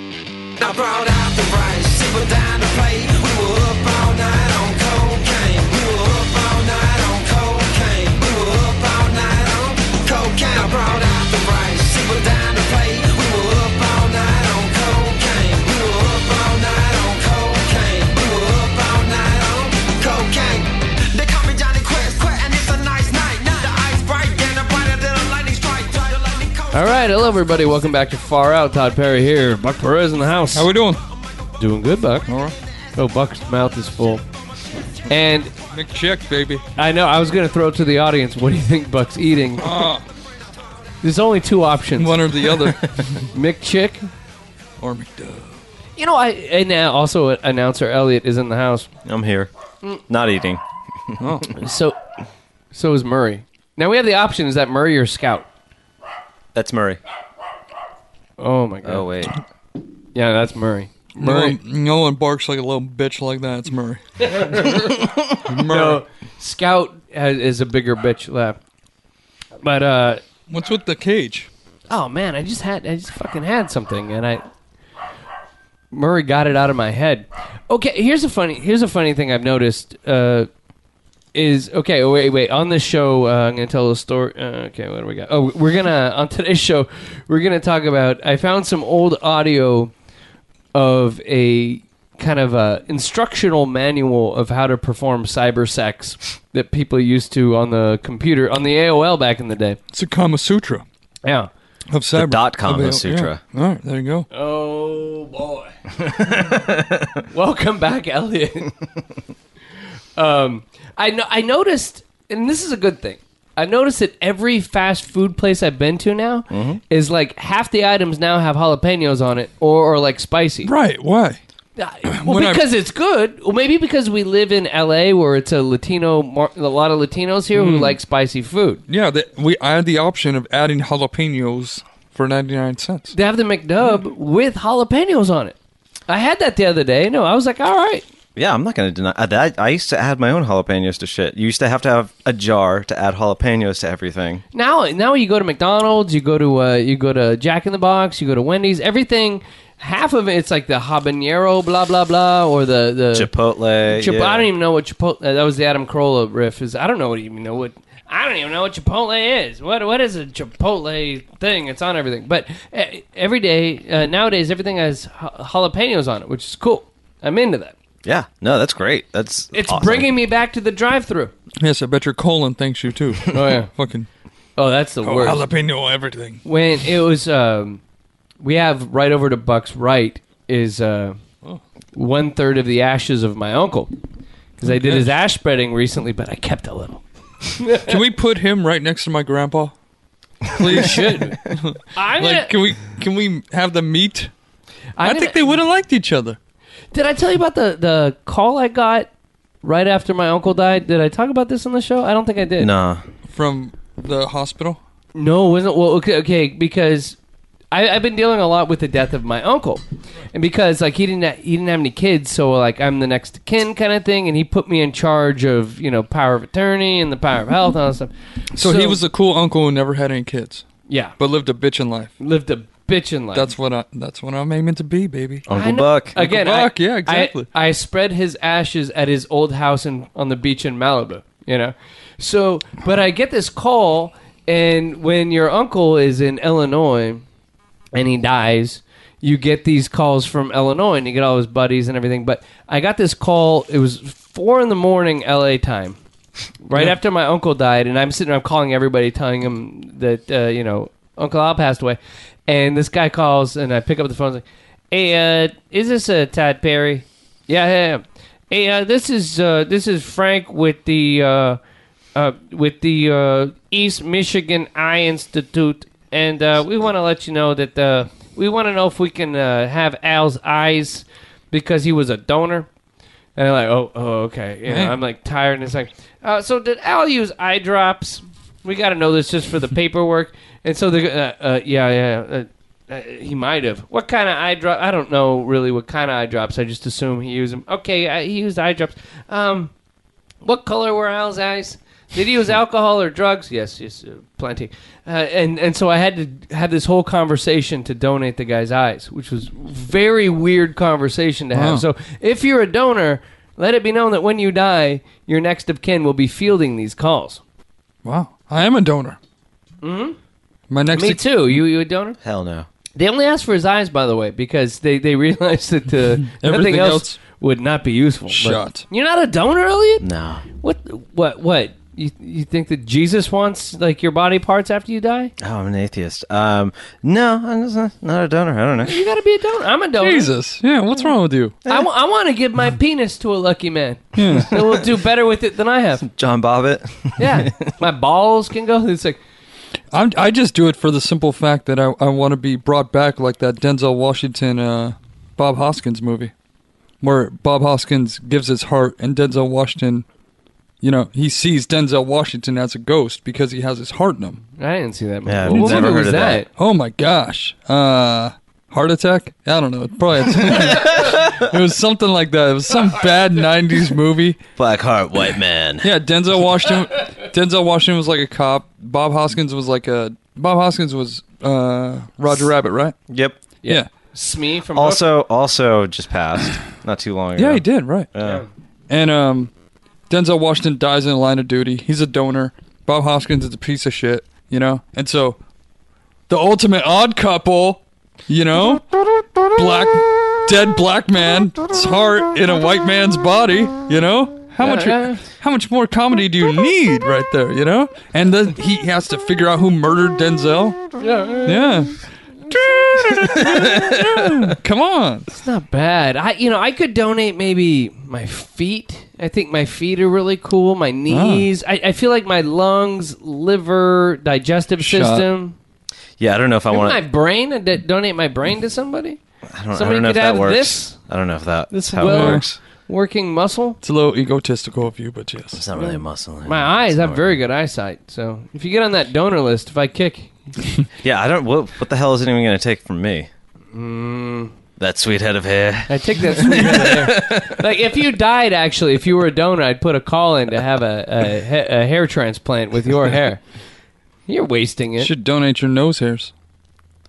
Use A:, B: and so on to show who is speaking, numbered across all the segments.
A: I brought out the rice, people down to play. We were up all night on cocaine. We were up all night on cocaine. We were up all night on cocaine. I brought out the rice, people down to play. We were up all night on cocaine. We were up all night on cocaine. We were up all night on cocaine. They call me Johnny Quest, Quest, and it's a nice night. The ice bright and I'm brighter than a lightning strike. The lightning cold.
B: All right, hello everybody. Welcome back to Far Out. Todd Perry here. Buck Perez in the house.
C: How we doing?
B: doing? Good, Buck.
C: All right.
B: Oh, Buck's mouth is full. And
C: McChick, baby.
B: I know I was going to throw to the audience. What do you think Buck's eating?
C: Ah,
B: There's only two options:
C: one or the other.
B: McChick.
C: or McDuff.
B: You know, I and uh, also announcer Elliot is in the house.
D: I'm here. Not eating.
B: So, so is Murray. Now we have the option: is that Murray or Scout?
D: That's Murray.
B: Oh my god.
D: Oh wait.
B: Yeah, that's Murray.
C: No, one, no one barks like a little bitch like that. It's Murray. Murray.
B: No, Scout has, is a bigger bitch left. But uh,
C: What's with the cage?
B: oh man, I just had I just fucking had something, and I Murray got it out of my head. Okay, here's a funny here's a funny thing I've noticed uh, is okay. Wait, wait. On this show, uh, I'm gonna tell a story. Uh, okay, what do we got? Oh, we're gonna on today's show, we're gonna talk about. I found some old audio of a kind of a instructional manual of how to perform cyber sex that people used to on the computer on the AOL back in the day.
C: It's a Kama Sutra
B: Yeah.
C: of cyber.
D: dot Kama
C: of- yeah.
D: Sutra.
C: All right, there you go.
B: Oh boy. Welcome back, Elliot. um, I no- I noticed, and this is a good thing. I noticed that every fast food place I've been to now
C: Mm-hmm.
B: is like half the items now have jalapenos on it or, or like spicy.
C: Right? Why?
B: Uh, Well,
C: When I-
B: because it's good. Well, maybe because we live in LA where it's a Latino, mar- a lot of Latinos here
C: Mm.
B: who like spicy food.
C: Yeah, the, we I had the option of adding jalapenos for ninety nine cents.
B: They have the McDub with jalapenos on it. I had that the other day. No, I was like, all right.
D: Yeah, I'm not gonna deny uh, that. I used to add my own jalapenos to shit. You used to have to have a jar to add jalapenos to everything.
B: now now you go to McDonald's, you go to uh, you go to Jack in the Box, you go to Wendy's, everything. Half of it's like the habanero, blah blah blah, or the the
D: Chipotle.
B: Chip-
D: yeah.
B: I don't even know what Chipotle. uh, That was the Adam Carolla riff. Is I don't know what even know what. I don't even know what Chipotle is. What what is a Chipotle thing? It's on everything. But eh, every day uh, nowadays, everything has ja- jalapenos on it, which is cool. I'm into that.
D: Yeah. No, that's great. That's
B: It's
D: awesome.
B: bringing me back to the drive-through.
C: Yes, I bet your colon thanks you too.
B: Oh yeah.
C: Fucking
B: Oh, that's the worst.
C: jalapeno everything.
B: when it was um, we have right over to buck's right is uh,
C: Oh.
B: one third of the ashes of my uncle because i did his ash spreading recently but i kept a little
C: Can we put him right next to my grandpa? Please should.
B: I'm
C: Like, can
B: gonna,
C: we can we have the meet?
B: I'm
C: I
B: gonna-
C: think they would have liked each other.
B: did i tell you about the, the call i got right after my uncle died did i talk about this on the show i don't think i did
D: Nah.
C: from the hospital.
B: No, it wasn't well. Okay, okay because I, I've been dealing a lot with the death of my uncle, and because like he didn't ha- he didn't have any kids, so like I'm the next of kin kind of thing, and he put me in charge of you know power of attorney and the power of health and all that stuff.
C: So, he was a cool uncle who never had any kids,
B: yeah,
C: but lived a bitchin' life.
B: lived a bitchin' life.
C: That's what I. That's what I'm aiming to be, baby.
B: I
D: Uncle
B: know-
D: Buck.
B: again.
C: Uncle Buck,
B: I,
C: yeah,
B: I-
C: exactly.
B: I, spread his ashes at his old house in, on the beach in Malibu. You know, so but I get this call, and when your uncle is in Illinois, and he dies, you get these calls from Illinois, and you get all his buddies and everything. But I got this call. It was four in the morning, L.A. time. Right after my uncle died, and I'm sitting, there, I'm calling everybody, telling them that uh, you know Uncle Al passed away, and this guy calls, and I pick up the phone, and like, "Hey, uh, is this uh, Todd Perry? Yeah, yeah, yeah. Hey, uh, this is uh, this is Frank with the uh, uh, with the uh, East Michigan Eye Institute, and uh, we want to let you know that uh, we want to know if we can uh, have Al's eyes because he was a donor." And I'm like, oh, oh, okay. You know,
C: Right.
B: I'm like tired, and it's like, uh, so did Al use eye drops? We got to know this just for the paperwork. And so the, uh, uh, yeah, yeah, uh, uh, he might have. What kind of eye drop? I don't know really what kind of eye drops. I just assume he used them. Okay, uh, he used eye drops. Um, what color were Al's eyes? Did he use alcohol or drugs? Yes, yes, uh, plenty. Uh, and and so I had to have this whole conversation to donate the guy's eyes, which was very weird conversation to have.
C: Wow.
B: So if you're a donor, let it be known that when you die, your next of kin will be fielding these calls.
C: Wow. I am a donor. Mm-hmm. My next
B: Me too. You you a donor?
D: Hell no.
B: They only asked for his eyes, by the way, because they they realized that uh, nothing
C: Everything
B: else,
C: else-
B: would not be useful. But-
C: Shut.
B: You're not a donor, Elliot.
D: No.
B: What? What? What? You, you think that Jesus wants like your body parts after you die?
D: Oh, I'm an atheist. Um, no, I'm just not, not a donor. I don't know.
B: You got to be a donor. I'm a donor.
C: Jesus. Yeah, what's wrong with you?
B: I want to give my penis to a lucky man that will do better with it than I have.
D: John Bobbitt.
B: Yeah, my balls can go. It's like
C: I'm, I just do it for the simple fact that I, I want to be brought back like that Denzel Washington, uh, Bob Hoskins movie, where Bob Hoskins gives his heart and Denzel Washington, you know, he sees Denzel Washington as a ghost because he has his heart in him.
B: I didn't see that. Movie.
D: Yeah, I've
B: what
D: never
B: movie
D: heard
B: was
D: of that.
C: Oh my gosh. Uh, heart attack? I don't know. It probably. it was something like that. It was some bad '90s movie.
D: Black heart, white man.
C: Yeah, Denzel Washington. Denzel Washington was like a cop. Bob Hoskins was like a. Bob Hoskins was uh, Roger Rabbit, right?
D: Yep.
C: Yeah.
B: Smee from
D: Also, also just passed not too long ago.
C: Yeah, he did, right.
D: Yeah.
C: And um, Denzel Washington dies in the line of duty. He's a donor. Bob Hoskins is a piece of shit, you know? And so the ultimate odd couple, you know? Black dead black man's heart in a white man's body, you know? How much
B: yeah.
C: how much more comedy do you need right there, you know? And then he has to figure out who murdered Denzel.
B: Yeah,
C: Yeah. Come on.
B: it's not bad. I you know I could donate maybe my feet. I think my feet are really cool.
D: Ah.
B: My knees. I, I feel like my lungs, liver, digestive
C: Shut.
B: system.
D: Yeah, I don't know if I want
B: My
D: to.
B: brain. I d- donate my brain to somebody.
D: I don't, I
B: somebody
D: don't know
B: could
D: if that
B: have
D: works.
B: this-
D: I don't know if that,
B: this
D: that's how
B: will-
D: it works.
B: Working muscle.
C: It's a little egotistical of you, but yes.
D: It's not really a muscle.
B: My eyes. I have very good eyesight. So if you get on that donor list, if I kick,
D: Yeah, I don't. What, what the hell is anyone going to take from me? Mm. That sweet head of hair.
B: I take that sweet out of there. Like if you died, actually, if you were a donor, I'd put a call in to have a a, ha- a hair transplant with your hair. You're wasting it.
C: Should donate your nose hairs.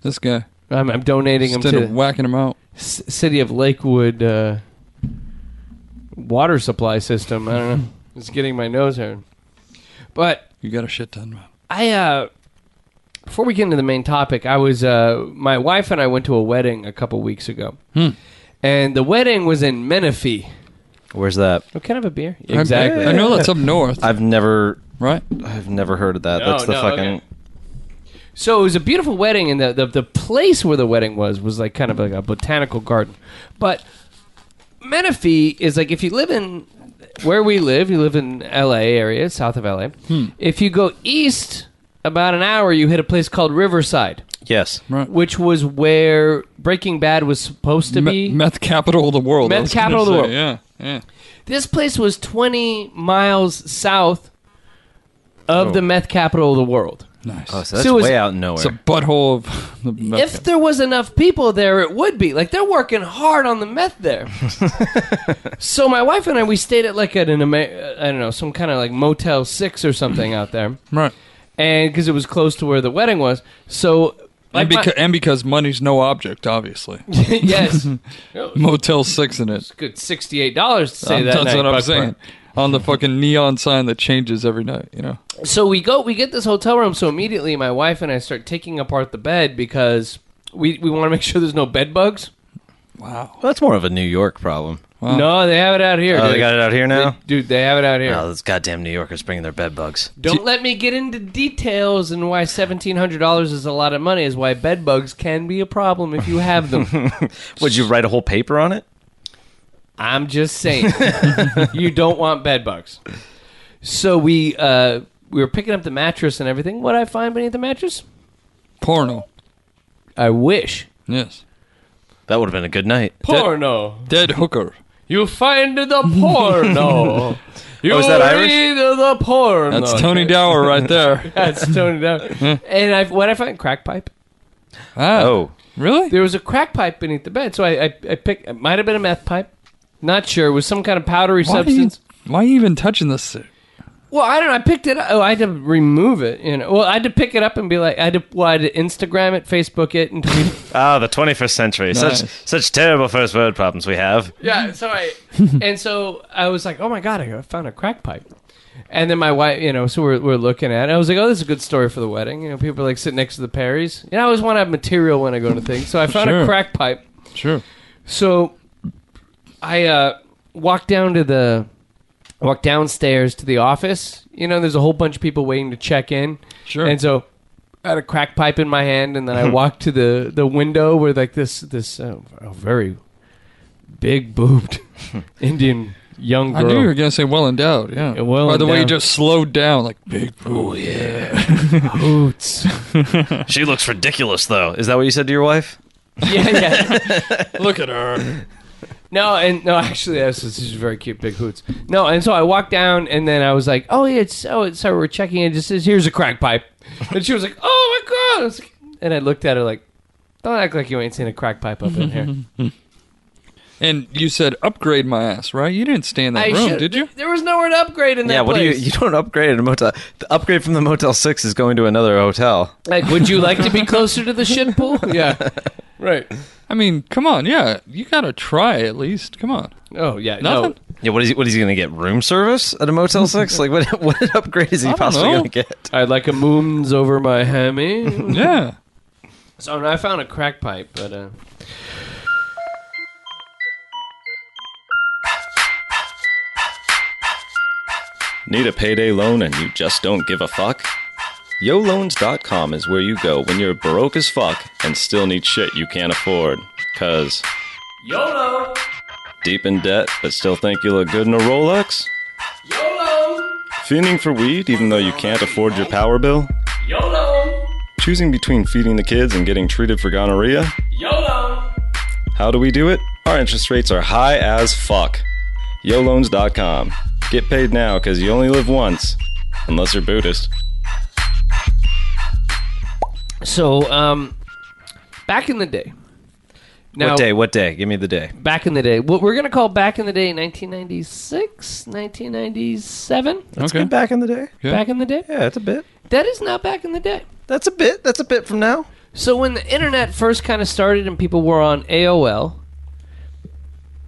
C: This guy
B: I'm, I'm donating them
C: instead
B: to
C: of whacking him out.
B: C- city of Lakewood uh, water supply system. I don't know. It's getting my nose hurt. But
C: You got a shit ton. man.
B: I uh before we get into the main topic, I was uh my wife and I went to a wedding a couple weeks ago. And the wedding was in Menifee.
D: Where's that?
B: What kind of a beer?
C: I- I, know that's up north,
D: I've never.
C: right?
D: I've never heard of that.
B: No,
D: that's the
B: no,
D: fucking.
B: okay. So it was a beautiful wedding, and the, the the place where the wedding was was like kind of like a botanical garden. But Menifee is like if you live in where we live, you live in L.A. area, south of L.A. If you go east about an hour, you hit a place called Riverside,
D: Yes.
C: Right.
B: which was where Breaking Bad was supposed to
C: Me-
B: be.
C: meth capital of the world. I
B: Meth
C: was gonna
B: capital of the
C: say,
B: world.
C: Yeah, yeah.
B: this place was 20 miles south
C: Oh.
B: of the meth capital of the world.
C: Nice.
D: Oh, so that's
B: So it was-
D: way out in nowhere.
C: it's a butthole of the meth
B: if there was enough people there, it would be. Like they're working hard on the meth there. so my wife and I, we stayed at like at an Ama- I don't know some kind of like Motel Six or something out there,
C: cap- right.
B: and because it was close to where the wedding was, so
C: And,
B: like my-
C: beca- and because money's no object, obviously.
B: yes,
C: Motel six in it.
B: good sixty eight dollars to say
C: Um,
B: that.
C: that's
B: night,
C: what I'm
B: Buck
C: saying. On the fucking neon sign that changes every night, you know.
B: so we go we get this hotel room so immediately my wife and i start taking apart the bed because we, we want to make sure there's no bed bugs
C: Wow.
D: Well, that's more of a New York problem.
B: no they have it out here
D: Oh,
B: dude.
D: they got it out here now.
B: dude they have it out here
D: Oh, those goddamn New Yorkers bringing their bed bugs.
B: don't let me get into details and why $1700 is a lot of money is why bed bugs can be a problem if you have them
D: Would you write a whole paper on it?
B: i'm just saying you don't want bed bugs so we uh, we were picking up the mattress and everything what i find beneath the mattress
C: Porno.
B: i wish
C: Yes.
D: That would have been a good night.
B: porno
C: Dead hooker.
B: You find the porno. you
D: Oh, is that Irish?
B: read the porno.
C: That's Tony Dower right there.
B: That's Tony Dow. and I, what I find crack pipe.
C: Ah,
D: Oh,
C: really?
B: There was a crack pipe beneath the bed, so I I, I picked. It might have been a meth pipe. Not sure. It was some kind of powdery
C: Why are you-
B: substance.
C: Why are you even touching this?
B: Well, I don't know. I picked it up. Oh, I had to remove it. You know. Well, I had to pick it up and be like, I had to, well, I had to Instagram it, Facebook it, and tweet. it.
E: Ah, the 21st century. Such
C: Nice.
E: such terrible first word problems we have.
B: yeah. So I, and so I was like, oh my god, I found a crack pipe. And then my wife, you know, so we're, we're looking at it. I was like, oh, this is a good story for the wedding. You know, people are like sitting next to the Perrys. You know, I always want to have material when I go to things. So I found
C: Sure.
B: a crack pipe.
C: Sure.
B: So I uh, walked down to the walked downstairs to the office. You know, there's a whole bunch of people waiting to check in.
C: Sure.
B: And so I had a crack pipe in my hand, and then I walked to the the window where like this this uh, a very big boobed Indian young
C: I knew you
B: girl.
C: were gonna say well endowed. Yeah.
B: Yeah, well
C: By the way, you
B: endowed.
C: just slowed down like big. Oh yeah.
B: Boots.
E: She looks ridiculous, though.
D: Is that what you said to your wife?
B: yeah, yeah.
C: Look at her.
B: No, and no, actually, that's this is very cute, big hoots. No, and so I walked down, and then I was like, "Oh yeah, it's oh, it's, sorry, we're checking." It just says, "Here's a crack pipe," and she was like, "Oh my god!" I was like- and I looked at her like, "Don't act like you ain't seen a crack pipe up in here."
C: And you said upgrade my ass, right? You didn't stay in that
B: I
C: room,
B: should-
C: did you?
B: There was nowhere to upgrade in that
D: yeah. What
B: place.
D: do you? You don't upgrade at a motel. The upgrade from the Motel Six is going to another hotel.
B: like? Would you like to be closer to the shit pool? Yeah, right.
C: I mean, come on, yeah, you gotta try at least. Come on.
B: Oh yeah,
C: Nothing.
B: no.
D: Yeah. What is he? What is he going to get? Room service at a Motel Six? like what? What upgrade is he
C: don't
D: possibly
C: know.
D: going to get?
B: I'd like a moons over my hammy.
C: Yeah.
B: so I found a crack pipe, but uh,
E: Need a payday loan and you just don't give a fuck?
D: YoLoans.com is where you go when you're broke as fuck and still need shit you can't afford. Cause
B: YOLO,
D: deep in debt but still think you look good in a Rolex.
B: YOLO,
D: Fiending for weed even though you can't afford your power bill?
B: YOLO,
D: Choosing between feeding the kids and getting treated for gonorrhea?
B: YOLO.
D: How do we do it? Our interest rates are high as fuck. YoLoans.com. Get paid now because you only live once. Unless you're Buddhist.
B: So, um, back in the day. Now,
D: what day? What day? Give me the day.
B: back in the day. What we're going to call back in the day 1996, 1997.
D: That's
C: Okay.
D: good back in the day.
C: Yeah.
B: Back in the day.
D: Yeah, it's a bit.
B: That is not back in the day.
D: That's a bit. That's a bit from now.
B: So, when the internet first kind of started and people were on AOL,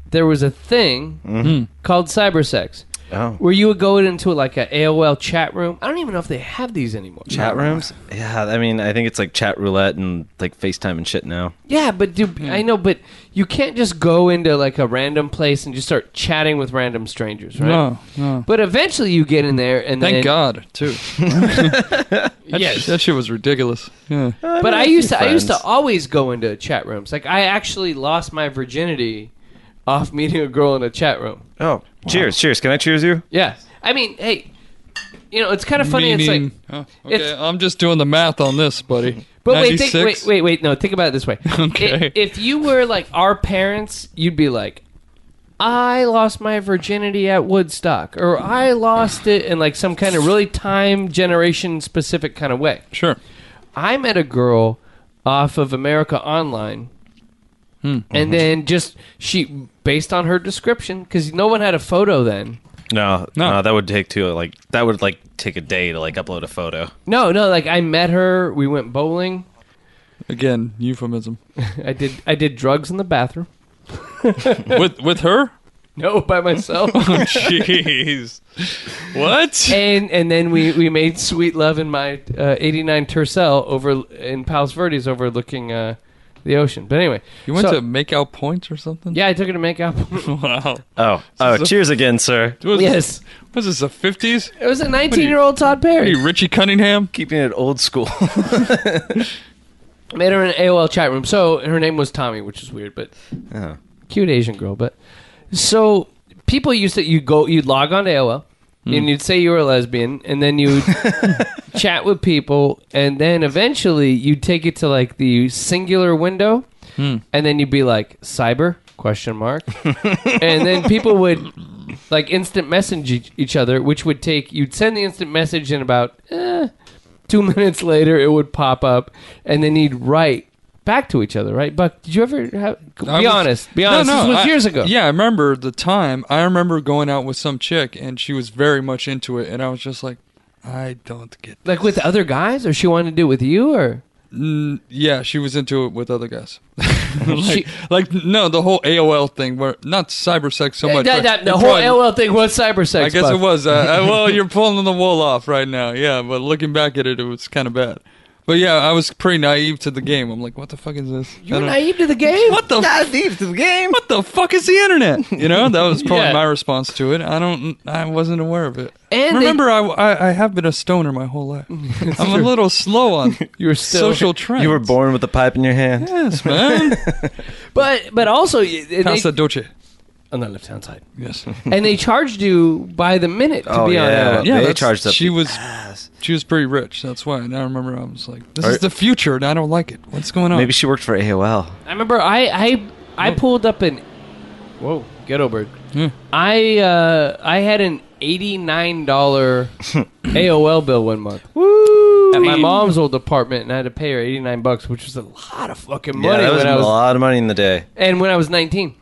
B: there was a thing
D: Mm-hmm.
B: called cybersex
D: Oh.
B: where you would go into like a AOL chat room. I don't even know if they have these anymore.
D: Chat rooms? Yeah, I mean, I think it's like chat roulette and like FaceTime and shit now.
B: Yeah, but dude,
C: Hmm.
B: I know, but you can't just go into like a random place and just start chatting with random strangers, right?
C: No, no.
B: But eventually you get in there and
C: Thank
B: then,
C: God, too. that,
B: Yes.
C: sh- that shit was ridiculous. Yeah.
B: But I used to I used to
D: friends.
B: always go into chat rooms. Like I actually lost my virginity off meeting a girl in a chat room.
D: Oh, cheers, cheers. Can I cheers you?
B: Yeah. I mean, hey, you know, it's kind of funny.
C: Meaning,
B: it's like,
C: oh, okay,
B: it's-
C: I'm just doing the math on this, buddy.
B: but wait, think,
C: 96?
B: wait, wait, wait. No, think about it this way.
C: Okay.
B: I- If you were like our parents, you'd be like, I lost my virginity at Woodstock, or I lost it in like some kind of really time generation specific kind of way.
C: Sure.
B: I met a girl off of America Online, and then just she based on her description because no one had a photo then.
E: No,
C: No.
E: no, that would take two. Like that would like take a day to like upload a photo.
B: No, no, like I met her. We went bowling.
C: Again, euphemism.
B: I did. I did drugs in the bathroom.
C: with with her?
B: No, by myself.
C: Jeez. What?
B: and and then we, we made sweet love in my uh, '89 Tercel over in Palos Verdes, overlooking uh, the ocean. But anyway,
C: You went
B: so-
C: to make out points or something?
B: yeah, I took her to make out.
C: Wow.
D: Oh,
E: Oh, cheers again, sir.
C: Was,
B: yes,
C: Was this the 50s?
B: it was a 19 year old Todd Perry.
C: Hey, Richie Cunningham?
D: keeping it old school.
B: Made her in an AOL chat room. So and her name was Tommy, which is weird, but
D: Oh.
B: cute Asian girl. But so people used to you go you'd log on to AOL
C: Hmm.
B: and you'd say you were a lesbian, and then you chat with people, and then eventually you'd take it to like the singular window,
C: Hmm.
B: and then you'd be like cyber question mark, and then people would. Like instant message each- each other, which would take you'd send the instant message in about eh, two minutes later it would pop up and then he'd write back to each other, right? Buck, did you ever have? Be
C: I was-
B: honest. Be honest. this was
C: I-
B: years ago.
C: Yeah, I remember the time. I remember going out with some chick, and she was very much into it, and I was just like, I don't get.
B: Like with other guys, or she wanted to do it with you, or
C: Mm, yeah, she was into it with other guys. like,
B: She-
C: like, no, the whole AOL thing, where not cyber sex so much.
B: that,
C: but
B: that,
C: it
B: the whole
C: probably-
B: LL thing was cyber sex.
C: I guess
B: Buck.
C: it was. Uh, uh, well, you're pulling the wool off right now. Yeah, but looking back at it, it was kind of bad. But yeah, I was pretty naive to the game. I'm like, what the fuck is this?
B: You
C: I
B: were
C: don't-
B: naive to the game.
C: What the
E: Naive to the game.
C: what the fuck is the internet? You know, that was probably
B: Yeah.
C: my response to it. I don't, I wasn't aware of it.
B: And they-
C: remember, I, I, I have been a stoner my whole life. I'm a little slow on
B: You were still-
C: social trends.
D: You were born with a pipe in your hand.
C: yes, man.
B: But but also, y- and they,
C: Casa Dolce.
B: on the left hand side,
C: Yes.
B: and they charged you by the minute to
D: Oh,
B: be on
D: yeah.
B: LL.
D: They
C: that's-
D: charged up
C: She
D: the
C: was, she was pretty rich. That's why. And I remember I was like, this
D: Are-
C: is the future, and I don't like it. What's going on?
D: Maybe she worked for AOL.
B: I remember I I, I pulled up an whoa ghetto bird.
C: Yeah.
B: I uh, I had an eighty nine dollar AOL bill one month. Woo! At my mom's old apartment, and I had to pay her eighty nine bucks, which was a lot of fucking
D: Yeah,
B: money
D: that was
B: when
D: a
B: I was
D: lot of money in the day.
B: and when I was 19.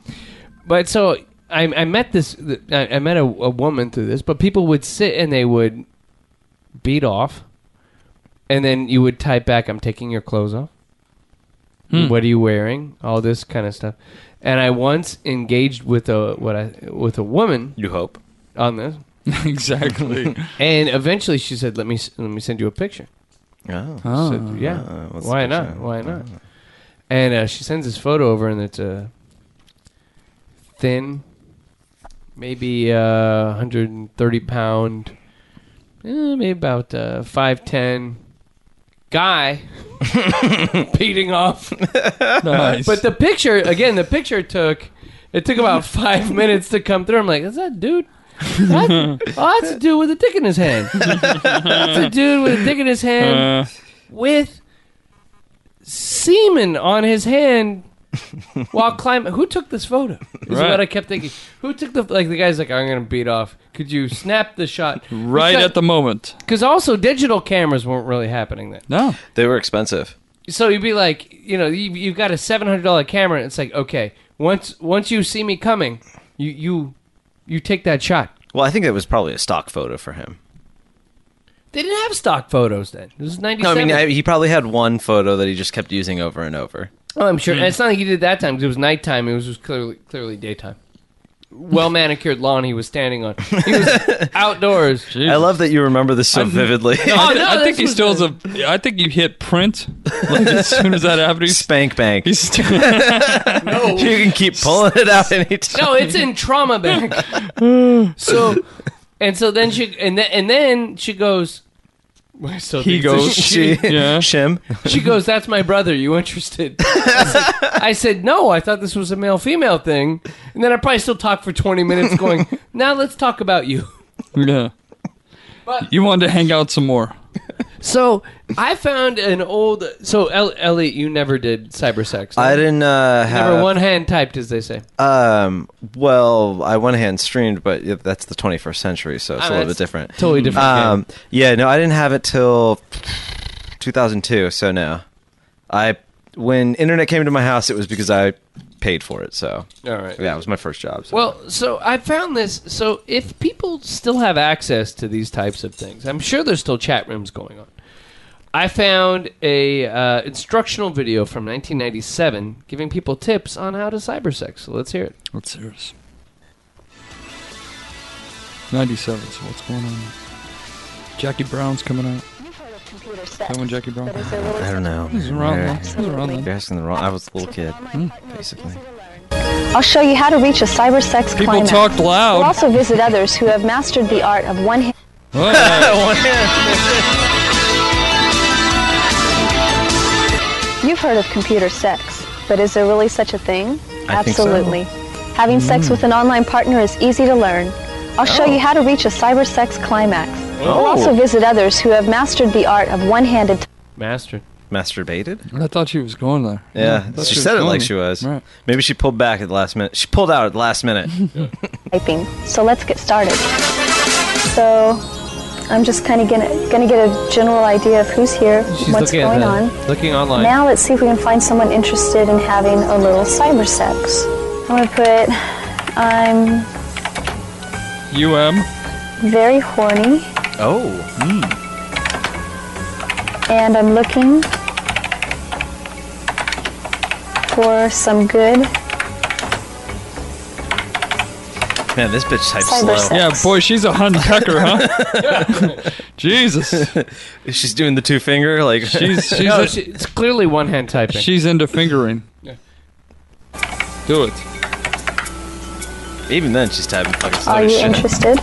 B: But so I, I met this, I, I met a, a woman through this, but people would sit and they would beat off. And then you would type back, I'm taking your clothes off. What are you wearing? All this kind of stuff. And I once engaged with a what I with a woman
D: You hope.
B: on this,
C: exactly.
B: and eventually she said, "Let me s- let me send you a picture."
D: Oh.
C: Oh.
B: So, yeah.
D: Uh, what's
B: Why
D: the
B: not?
D: picture?
B: Why not? And uh, she sends this photo over, and it's a thin, maybe uh, 130 pound, eh, maybe about uh, 5'10 guy beating off.
C: nice.
B: But the picture, again, the picture took. It took about five minutes to come through. I'm like, is that dude? Is that- oh, that's a dude with a dick in his hand. that's a dude with a dick in his hand
C: Uh,
B: with semen on his hand while climbing. Who took this photo? Is
C: Right.
B: what I kept thinking. Who took the like? The guy's like, I'm gonna beat off. Could you snap the shot
C: right at the moment.
B: Because also digital cameras weren't really happening then.
C: No.
D: They were expensive.
B: So you'd be like, you know, you, you've got a seven hundred dollar camera, and it's like, okay, once once you see me coming, you you you take that shot.
D: Well, I think that was probably a stock photo for him.
B: They didn't have stock photos then. It was ninety
D: No, I
B: seven.
D: mean, I, he probably had one photo that he just kept using over and over.
B: Oh, I'm
D: Hmm.
B: sure. And it's not like he did that time because it was nighttime. It was just clearly clearly daytime. Well manicured lawn he was standing on. He was outdoors.
D: I love that you remember this so vividly.
B: Oh, no,
C: I
B: this
C: think he
B: was
C: still has
B: the-
C: a. I think you hit print like, as soon as that happened. He's,
D: Spank bank.
C: he's still,
D: you can keep pulling it out anytime.
B: No, it's in trauma bank. so, and so then she and then and then she goes. I still
C: He
B: think it's a
C: goes,
B: she.
D: She,
C: Yeah.
D: Shim.
B: She goes, "That's my brother. You interested?" I said, I said, "No. I thought this was a male female thing." And then I probably still talked for twenty minutes, going, "Now let's talk about you."
C: yeah.
B: But-
C: you wanted to hang out some more.
B: So I found an old. So El- Elliot, you never did cyber sex.
D: I didn't uh, have
B: Never one hand typed, as they say.
D: Um, well, I one hand streamed, but yeah, that's the 21st century, so it's
B: Oh,
D: a little
B: that's
D: bit different.
B: Totally different.
D: Um,
B: game.
D: yeah, no, I didn't have it till 2002. So no, I when internet came to my house, it was because I paid for it. So
B: All right.
D: yeah, it was my first job. So.
B: Well, so I found this. So if people still have access to these types of things, I'm sure there's still chat rooms going on. I found a uh, instructional video from 1997 giving people tips on how to cyber sex. So let's hear it.
C: What's yours? 97, so what's going on? Jackie Brown's coming out.
F: You've heard of computer sex.
C: That one, Jackie Brown.
F: But is there really
D: I don't know.
C: This is wrong,
D: You're-
C: man. This is wrong, man.
D: You're asking the wrong. I was a little kid.
C: Hmm,
D: basically.
F: basically. I'll show you how to reach a cyber sex
C: People
F: climax.
C: talked
F: We'll
C: loud.
F: also visit others who have mastered the art of one hand.
C: Oh,
F: You've heard of computer sex, but is there really such a thing?
D: I think so.
F: Absolutely. Having
C: Hmm.
F: sex with an online partner is easy to learn. I'll show
C: Oh.
F: you how to reach a cyber sex climax.
D: Oh.
F: We'll also visit others who have mastered the art of one-handed.
B: Master.
D: Masturbated?
C: I thought she was going there.
D: Yeah,
C: I thought
D: she said it
C: was
D: like
C: going.
D: she was.
C: Right.
D: Maybe she pulled back at the last minute. She pulled out at the last minute.
F: typing. So let's get started. So I'm just kind of gonna gonna get a general idea of who's here,
B: She's
F: what's
B: looking at
F: going
B: the,
F: on.
B: looking online.
F: Now let's see if we can find someone interested in having a little cyber sex. I'm gonna put I'm
C: Um.
F: very horny
E: Oh,
F: and I'm looking for some good
E: man, this bitch types
F: Cyber
E: slow.
F: sex.
C: Yeah, boy, she's a hun pecker, huh? Jesus,
E: She's doing the two finger, like
C: she's she's
B: no, she, it's clearly one hand typing.
C: she's into fingering. Do it.
E: even then she's typing fucking slow
F: Are
E: as
F: you
E: shit.
F: interested?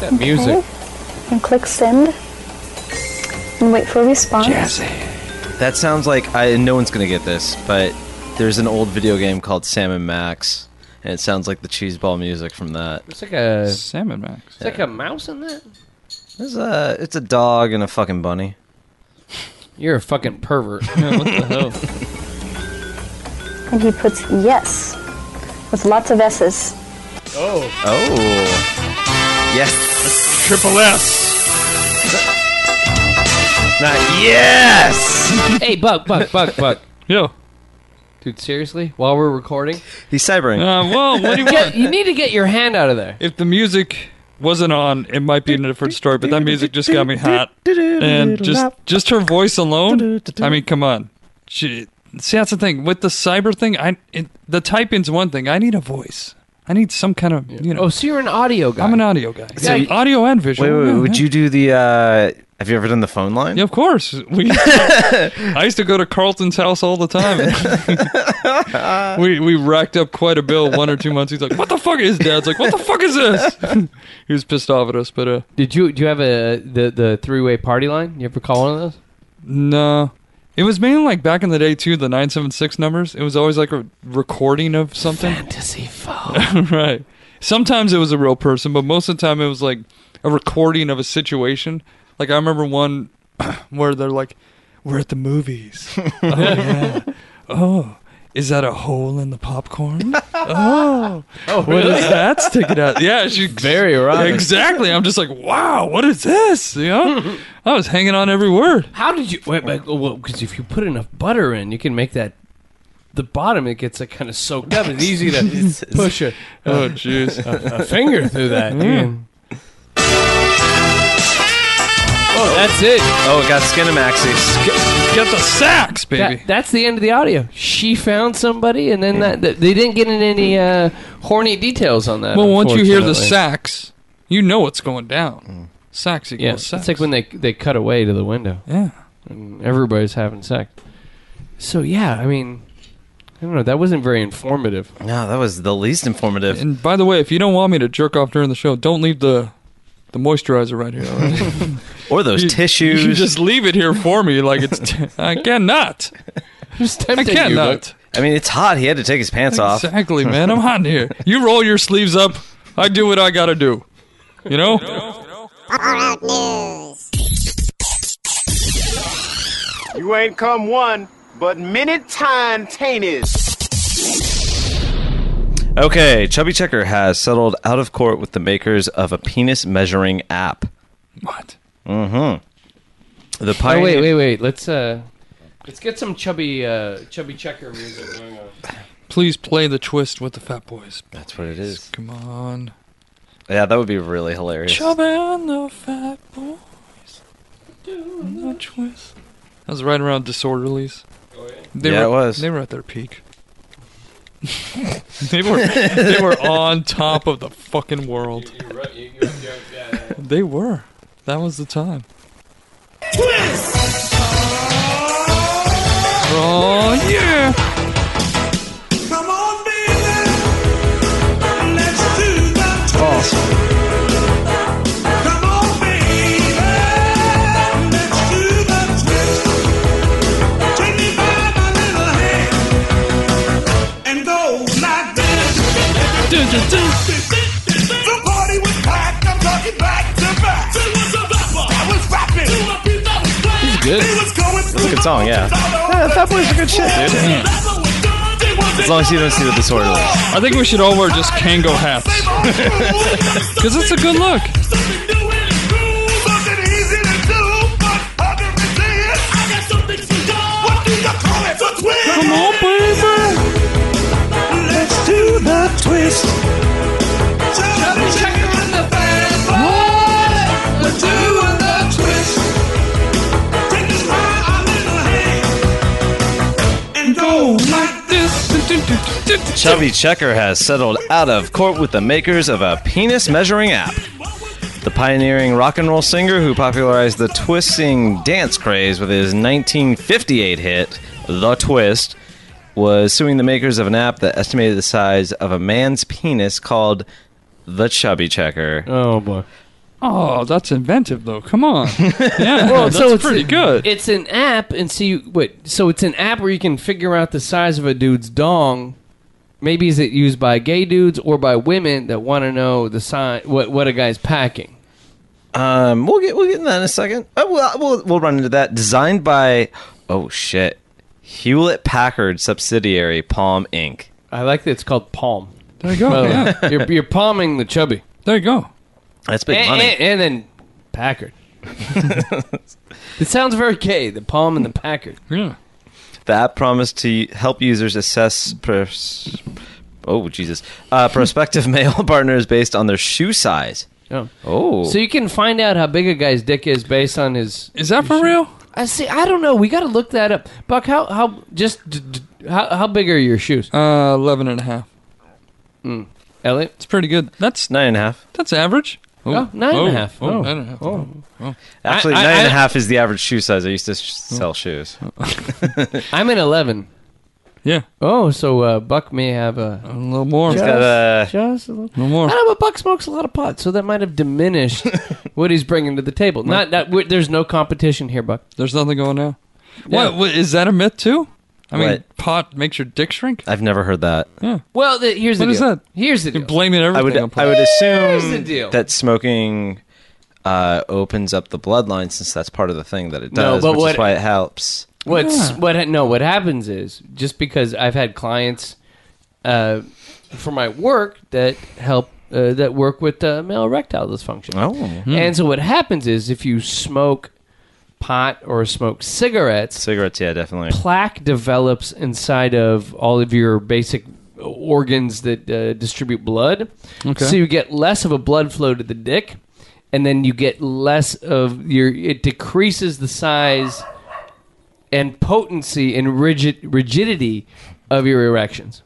B: that music.
F: And click send and wait for a response.
E: That sounds like I no one's gonna get this, but there's an old video game called Sam and Max, and it sounds like the cheeseball music from that.
B: It's like a it's
C: Salmon Max.
B: like a mouse in that.
E: It's a it's a dog and a fucking bunny.
B: You're a fucking pervert.
F: And he puts yes with lots of S's.
E: Oh, yes,
C: Triple S.
E: not yes.
B: hey, Buck, Buck, Buck, Buck.
C: Yo. Uh,
B: Dude, seriously? While we're recording,
E: He's cybering.
C: Uh, well, what do you
B: Get-
C: want?
B: you need to get your hand out of there.
C: If the music wasn't on, it might be a different story. But that music just got me hot, and just just her voice alone. I mean, come on. She, see, that's the thing with the cyber thing. I it, the typing's one thing. I need a voice. I need some kind of you know.
B: Oh, so you're an audio guy.
C: I'm an audio guy.
B: So
C: Yeah,
B: you-
C: audio and visual.
E: wait, wait,
C: yeah,
E: would
C: yeah.
E: you do the? uh Have you ever done the phone line?
C: Yeah, of course. We, I used to go to Carlton's house all the time. we we racked up quite a bill one or two months. He's like, "What the fuck?" His dad's like, "What the fuck is this?" he was pissed off at us, but uh,
B: Did you do you have a the the three way party line? You ever call one of those?
C: no. It was mainly like back in the day too, the nine seven six numbers. It was always like a recording of something,
B: Fantasy phone.
C: right? Sometimes it was a real person, but most of the time it was like a recording of a situation. Like I remember one where they're like, "We're at the movies." oh yeah. Oh, is that a hole in the popcorn? Oh, what is that sticking out? Yeah, she
B: Very erotic.
C: Exactly. I'm just like, wow, what is this? You know, I was hanging on every word.
B: How did you? Wait, because if you put enough butter in, you can make that. The bottom it gets like kind of soaked up. It's easy to push a,
C: Oh, jeez.
B: a finger through that.
C: Mm.
B: Oh, that's it.
E: Oh, it got Skinamaxes.
C: Get the sax, baby.
B: That, that's the end of the audio. She found somebody, and then that, that they didn't get in any uh, horny details on that.
C: well, once you hear the
B: unfortunately.
C: sax, you know what's going down. Sax equals
B: yeah,
C: sax.
B: it's like when they they cut away to the window.
C: yeah.
B: and Mm-hmm. everybody's having sex. So yeah, I mean, I don't know. That wasn't very informative.
E: No, that was the least informative.
C: And by the way, if you don't want me to jerk off during the show, don't leave the the moisturizer right here. all right?
E: Or those
C: You-
E: tissues.
C: You just leave it here for me, like it's. T- I cannot.
B: Who's
C: I
B: tempting you?
C: cannot.
E: I mean, it's hot. He had to take his pants off.
C: Exactly, man. I'm hot in here. You roll your sleeves up. I do what I gotta do. You know.
G: You ain't come one, but many time tainted.
E: Okay, Chubby Checker has settled out of court with the makers of a penis measuring app. Mm-hmm.
C: What?
E: The
B: Oh
E: pioneer-
B: wait, wait, wait. Let's uh, let's get some chubby uh, chubby checker music going on.
C: Please play the twist with the Fat Boys.
E: That's what it is.
C: Come on.
E: Yeah, that would be really hilarious.
C: Chubby and the Fat Boys. Doing the Oh, twist. That was right around Disorderlies. They were,
E: Yeah, it was.
C: They were at their peak. they were they were on top of the fucking world. They were. That was the time. Oh yeah!
B: Good.
E: It's a good song, yeah.
G: Yeah, that was good shit, dude.
H: Yeah.
E: As long as you don't see what disorder is.
C: I think we should all wear just Kango hats. Because it's a good look. Come on, baby.
H: Let's do the twist. Chubby checker and the bad boy. We're doing the twist. Take this by our little hand and go like this.
E: Chubby Checker has settled out of court with the makers of a penis measuring app. The pioneering rock and roll singer who popularized the twisting dance craze with his 1958 hit, The Twist, was suing the makers of an app that estimated the size of a man's penis called The Chubby Checker.
B: Oh boy.
C: Oh, that's inventive, though. Come on. Yeah, well, that's
B: so it's
C: pretty good.
B: It's an app, and see, wait. So it's an app where you can figure out the size of a dude's dong. Maybe is it used by gay dudes or by women that want to know the size, what what a guy's packing?
E: Um, we'll get we'll get in that in a second. Oh, we'll, we'll we'll run into that. Designed by oh shit, Hewlett Packard subsidiary Palm Inc.
B: I like that it's called palm.
C: there you go.
B: By the way.
C: Yeah.
B: you're, you're palming the chubby,
C: There you go.
E: That's big
B: and,
E: money.
B: and, and then Packard. it sounds very gay. The palm and the Packard.
C: Yeah.
E: The app promised to help users assess pers- oh Jesus uh, prospective male partners based on their shoe size.
B: Oh.
E: Oh,
B: So you can find out how big a guy's dick is based on his.
C: Is that for real?
B: I see. I don't know. We got to look that up. Buck, how how just d- d- how how big are your shoes,
C: Uh, 11 and a half.
B: Elliot?
C: It's pretty good. That's
E: nine and a half.
C: that's average.
B: Oh, nine and a half.
C: Oh,
B: Oh.
C: nine and a half.
E: Actually,
B: I-
E: nine and a half
B: I-
E: is the average shoe size. I used to sh- sell shoes.
B: I'm an eleven.
C: Yeah,
B: Oh, so uh, Buck may have a
C: a little more.
E: He's got a
B: just a little.
C: No
B: I
C: more.
B: know, but Buck smokes a lot of pot, so that might have diminished what he's bringing to the table. Not that we- there's no competition here, Buck.
C: There's nothing going now.
B: Yeah.
C: What, what is that a myth too? I mean,
E: What?
C: pot makes your dick shrink.
E: I've never heard that.
B: Well, the, here's
C: What
B: the
C: is
B: deal.
C: that?
B: Here's the
C: You're
B: deal.
C: blaming
E: I would
C: everything. on pot.
E: I would assume
B: the deal.
E: that smoking uh, opens up the bloodline since that's part of the thing that it
B: No,
E: does,
B: but
E: which
B: what-
E: is why it helps.
B: What's what? No, what happens is just because I've had clients uh, for my work that help uh, that work with uh, male erectile dysfunction.
E: Oh,
B: And so what happens is if you smoke pot or smoke cigarettes,
E: cigarettes, yeah, definitely.
B: plaque develops inside of all of your basic organs that uh, distribute blood.
C: Okay.
B: So you get less of a blood flow to the dick, and then you get less of your. It decreases the size and potency and rigid rigidity of your erections.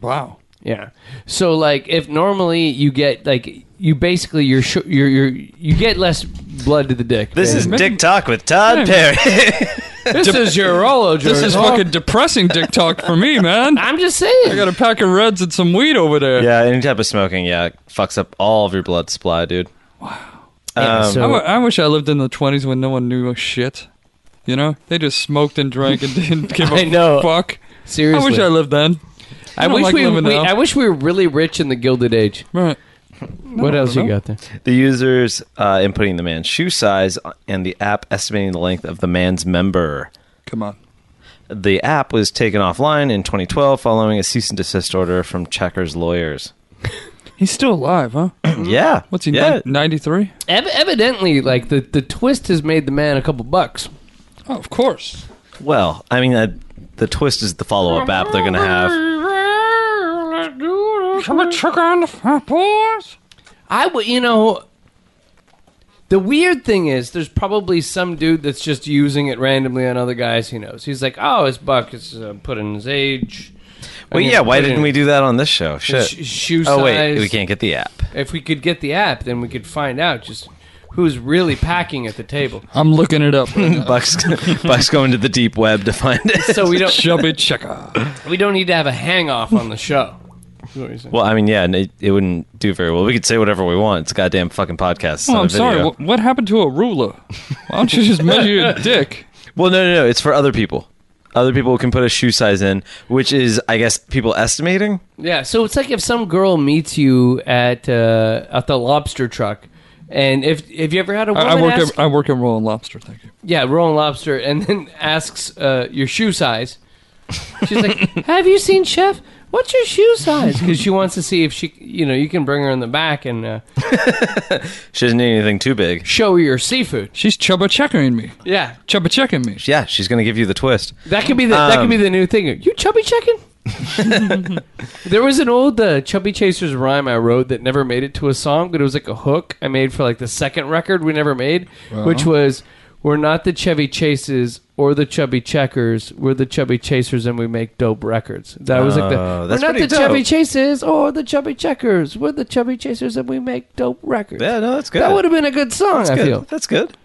C: wow.
B: Yeah. So like, if normally you get like you basically you're sh- you're, you're you get less blood to the dick.
E: This is Dick Talk with Todd Perry.
B: this is urology.
C: This is fucking depressing dick talk for me, man. I
B: I'm just saying.
C: got a pack of reds and some weed over there.
E: yeah, any type of smoking, yeah, fucks up all of your blood supply, dude.
B: Yeah,
E: Um,
B: so-
C: I, w- I wish I lived in the 20s when no one knew shit. You know, they just smoked and drank and didn't give a
B: I know.
C: fuck.
B: Seriously.
C: I wish I lived then.
B: I
C: I don't
B: wish
C: like
B: we,
C: living
B: we
C: now.
B: I wish we were really rich in the Gilded Age.
C: Right.
B: what else you
C: know.
B: got there?
E: The users uh, inputting the man's shoe size and the app estimating the length of the man's member.
C: Come on.
E: The app was taken offline in 2012 following a cease and desist order from Checker's lawyers.
C: He's still alive, huh?
B: Mm.
E: yeah,
C: What's he,
E: Yeah,
C: 93?
B: Ev- evidently, like the, the twist has made the man a couple bucks.
C: Oh, of course.
E: well, I mean, uh, the twist is the follow-up app they're gonna have.
C: Come on, trigger on the fat boys.
B: I would, you know. The weird thing is, there's probably some dude that's just using it randomly on other guys he knows. He's like, "Oh, his buck is uh, put in his age."
E: Well,
B: mean,
E: yeah, why
B: put in
E: didn't we do that on this show? Shit.
B: his sh- shoe
E: oh
B: size.
E: wait, we can't get the app.
B: If we could get the app, then we could find out just who's really packing at the table.
C: I'm looking it up. right now.
E: Buck's Buck's going to the deep web to find it.
B: So we don't
C: Chubby checker.
B: we don't need to have a hang off on the show. Is what you're saying.
E: Well, I mean, yeah, and it, it wouldn't do very well. We could say whatever we want. It's a goddamn fucking podcast. It's
C: Oh,
E: not a
C: I'm sorry.
E: video.
C: What, what happened to a ruler? Why don't you just measure your dick?
E: Well, no, no, no. It's for other people. Other people can put a shoe size in, which is, I guess, people estimating.
B: Yeah, so it's like if some girl meets you at uh, at the lobster truck, and if if you ever had a woman
C: I, I work.
B: ask,
C: At, I work at Rolling Lobster. Thank you.
B: yeah, rolling lobster, and then asks uh, your shoe size, She's like, "Have you seen Chef? What's your shoe size?" Because she wants to see if she, you know, you can bring her in the back and uh,
E: She doesn't need anything too big.
B: show her your seafood.
C: She's chubba checkering me.
B: Yeah,
C: Chubba checking me.
E: Yeah, she's gonna give you the twist.
B: that could be the that
E: Um,
B: could be the new thing. You chubby checking? there was an old uh, Chubby Chasers rhyme I wrote that never made it to a song, but it was like a hook I made for like the second record we never made, which was. We're not the Chevy Chases or the Chubby Checkers. We're the Chubby Chasers, and we make dope records. That was like
E: Oh,
B: the. We're
E: that's
B: not the
E: pretty
B: Chubby
E: dope.
B: Chases or the Chubby Checkers. We're the Chubby Chasers, and we make dope records.
E: Yeah, no, that's good.
B: That would have been a good song. I
E: That's good.
B: feel.
E: That's good.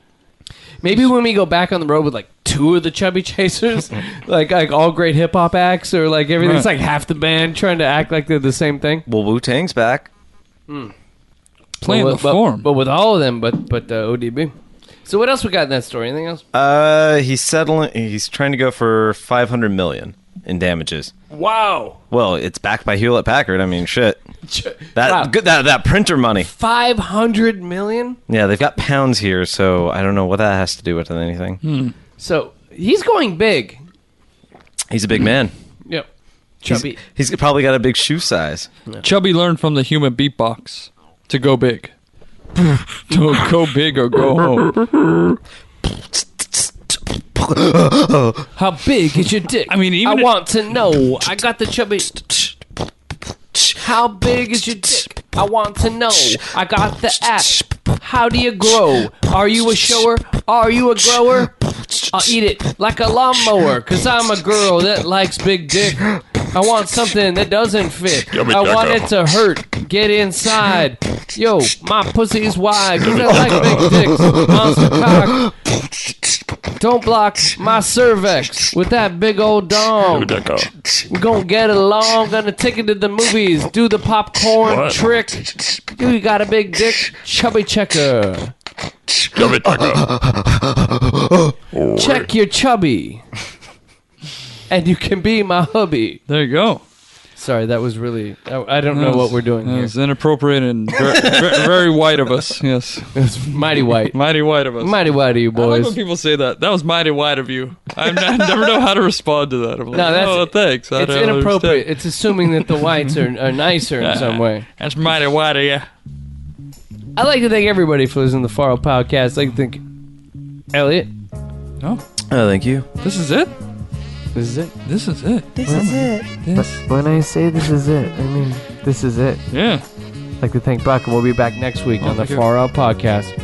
B: Maybe when we go back on the road with like two of the Chubby Chasers, like like all great hip hop acts, or like everything's like half the band trying to act like they're the same thing.
E: Well, Wu Tang's back.
C: Playing
B: but,
C: the
B: with- but-
C: form.
B: but with all of them, but but uh, ODB. So what else we got in that story? Anything else?
E: Uh, he's settling. He's trying to go for five hundred million in damages.
B: wow,
E: Well, it's backed by Hewlett Packard. I mean, shit. That
B: Wow.
E: good. That that printer money.
B: five hundred million.
E: Yeah, they've got pounds here, so I don't know what that has to do with anything.
B: So he's going big.
E: He's a big man.
B: Yep,
E: He's-
B: chubby.
E: he's probably got a big shoe size.
C: Chubby learned from the human beatbox to go big. to go big or go home.
B: How big is your dick?
C: I mean, even
B: I
C: if-
B: want to know. I got the chubby. How big is your dick? I want to know. I got the ass. How do you grow? Are you a shower? Are you a grower? I'll eat it like a lawnmower, cause I'm a girl that likes big dick. I want something that doesn't fit. I want it to hurt. Get inside. Yo, my pussy's wide, cause I like big dicks. Monster cock. Don't block my cervix with that big old dong. We're gonna get along, gonna take it to the movies, do the popcorn trick. You got a big dick, chubby checker. Check your chubby. And you can be my hubby.
C: There you go.
B: Sorry, that was really. I I don't know what we're doing here.
C: It's inappropriate and very, very white of us. Yes.
B: It's mighty white.
C: Mighty white of us.
B: Mighty white of you
C: I like
B: boys.
C: when people say that. That was mighty white of you. I'm not- I never know how to respond to that. I'm like,
B: No, that's-
C: oh, thanks. I
B: It's
C: don't
B: inappropriate.
C: understand."
B: It's assuming that the whites are, are nicer in some way.
C: That's mighty white of you.
B: I'd like to thank everybody for listening to the Faro podcast. I'd like to thank Elliot.
C: No,
E: Oh, thank you.
C: this is it.
B: This is it.
C: This is it. This is it. This.
B: When I say this is it, I mean this is it.
C: Yeah.
B: Oh I'd like to thank Buck, and we'll be back next week on the
C: thank you.
B: Far Out Podcast.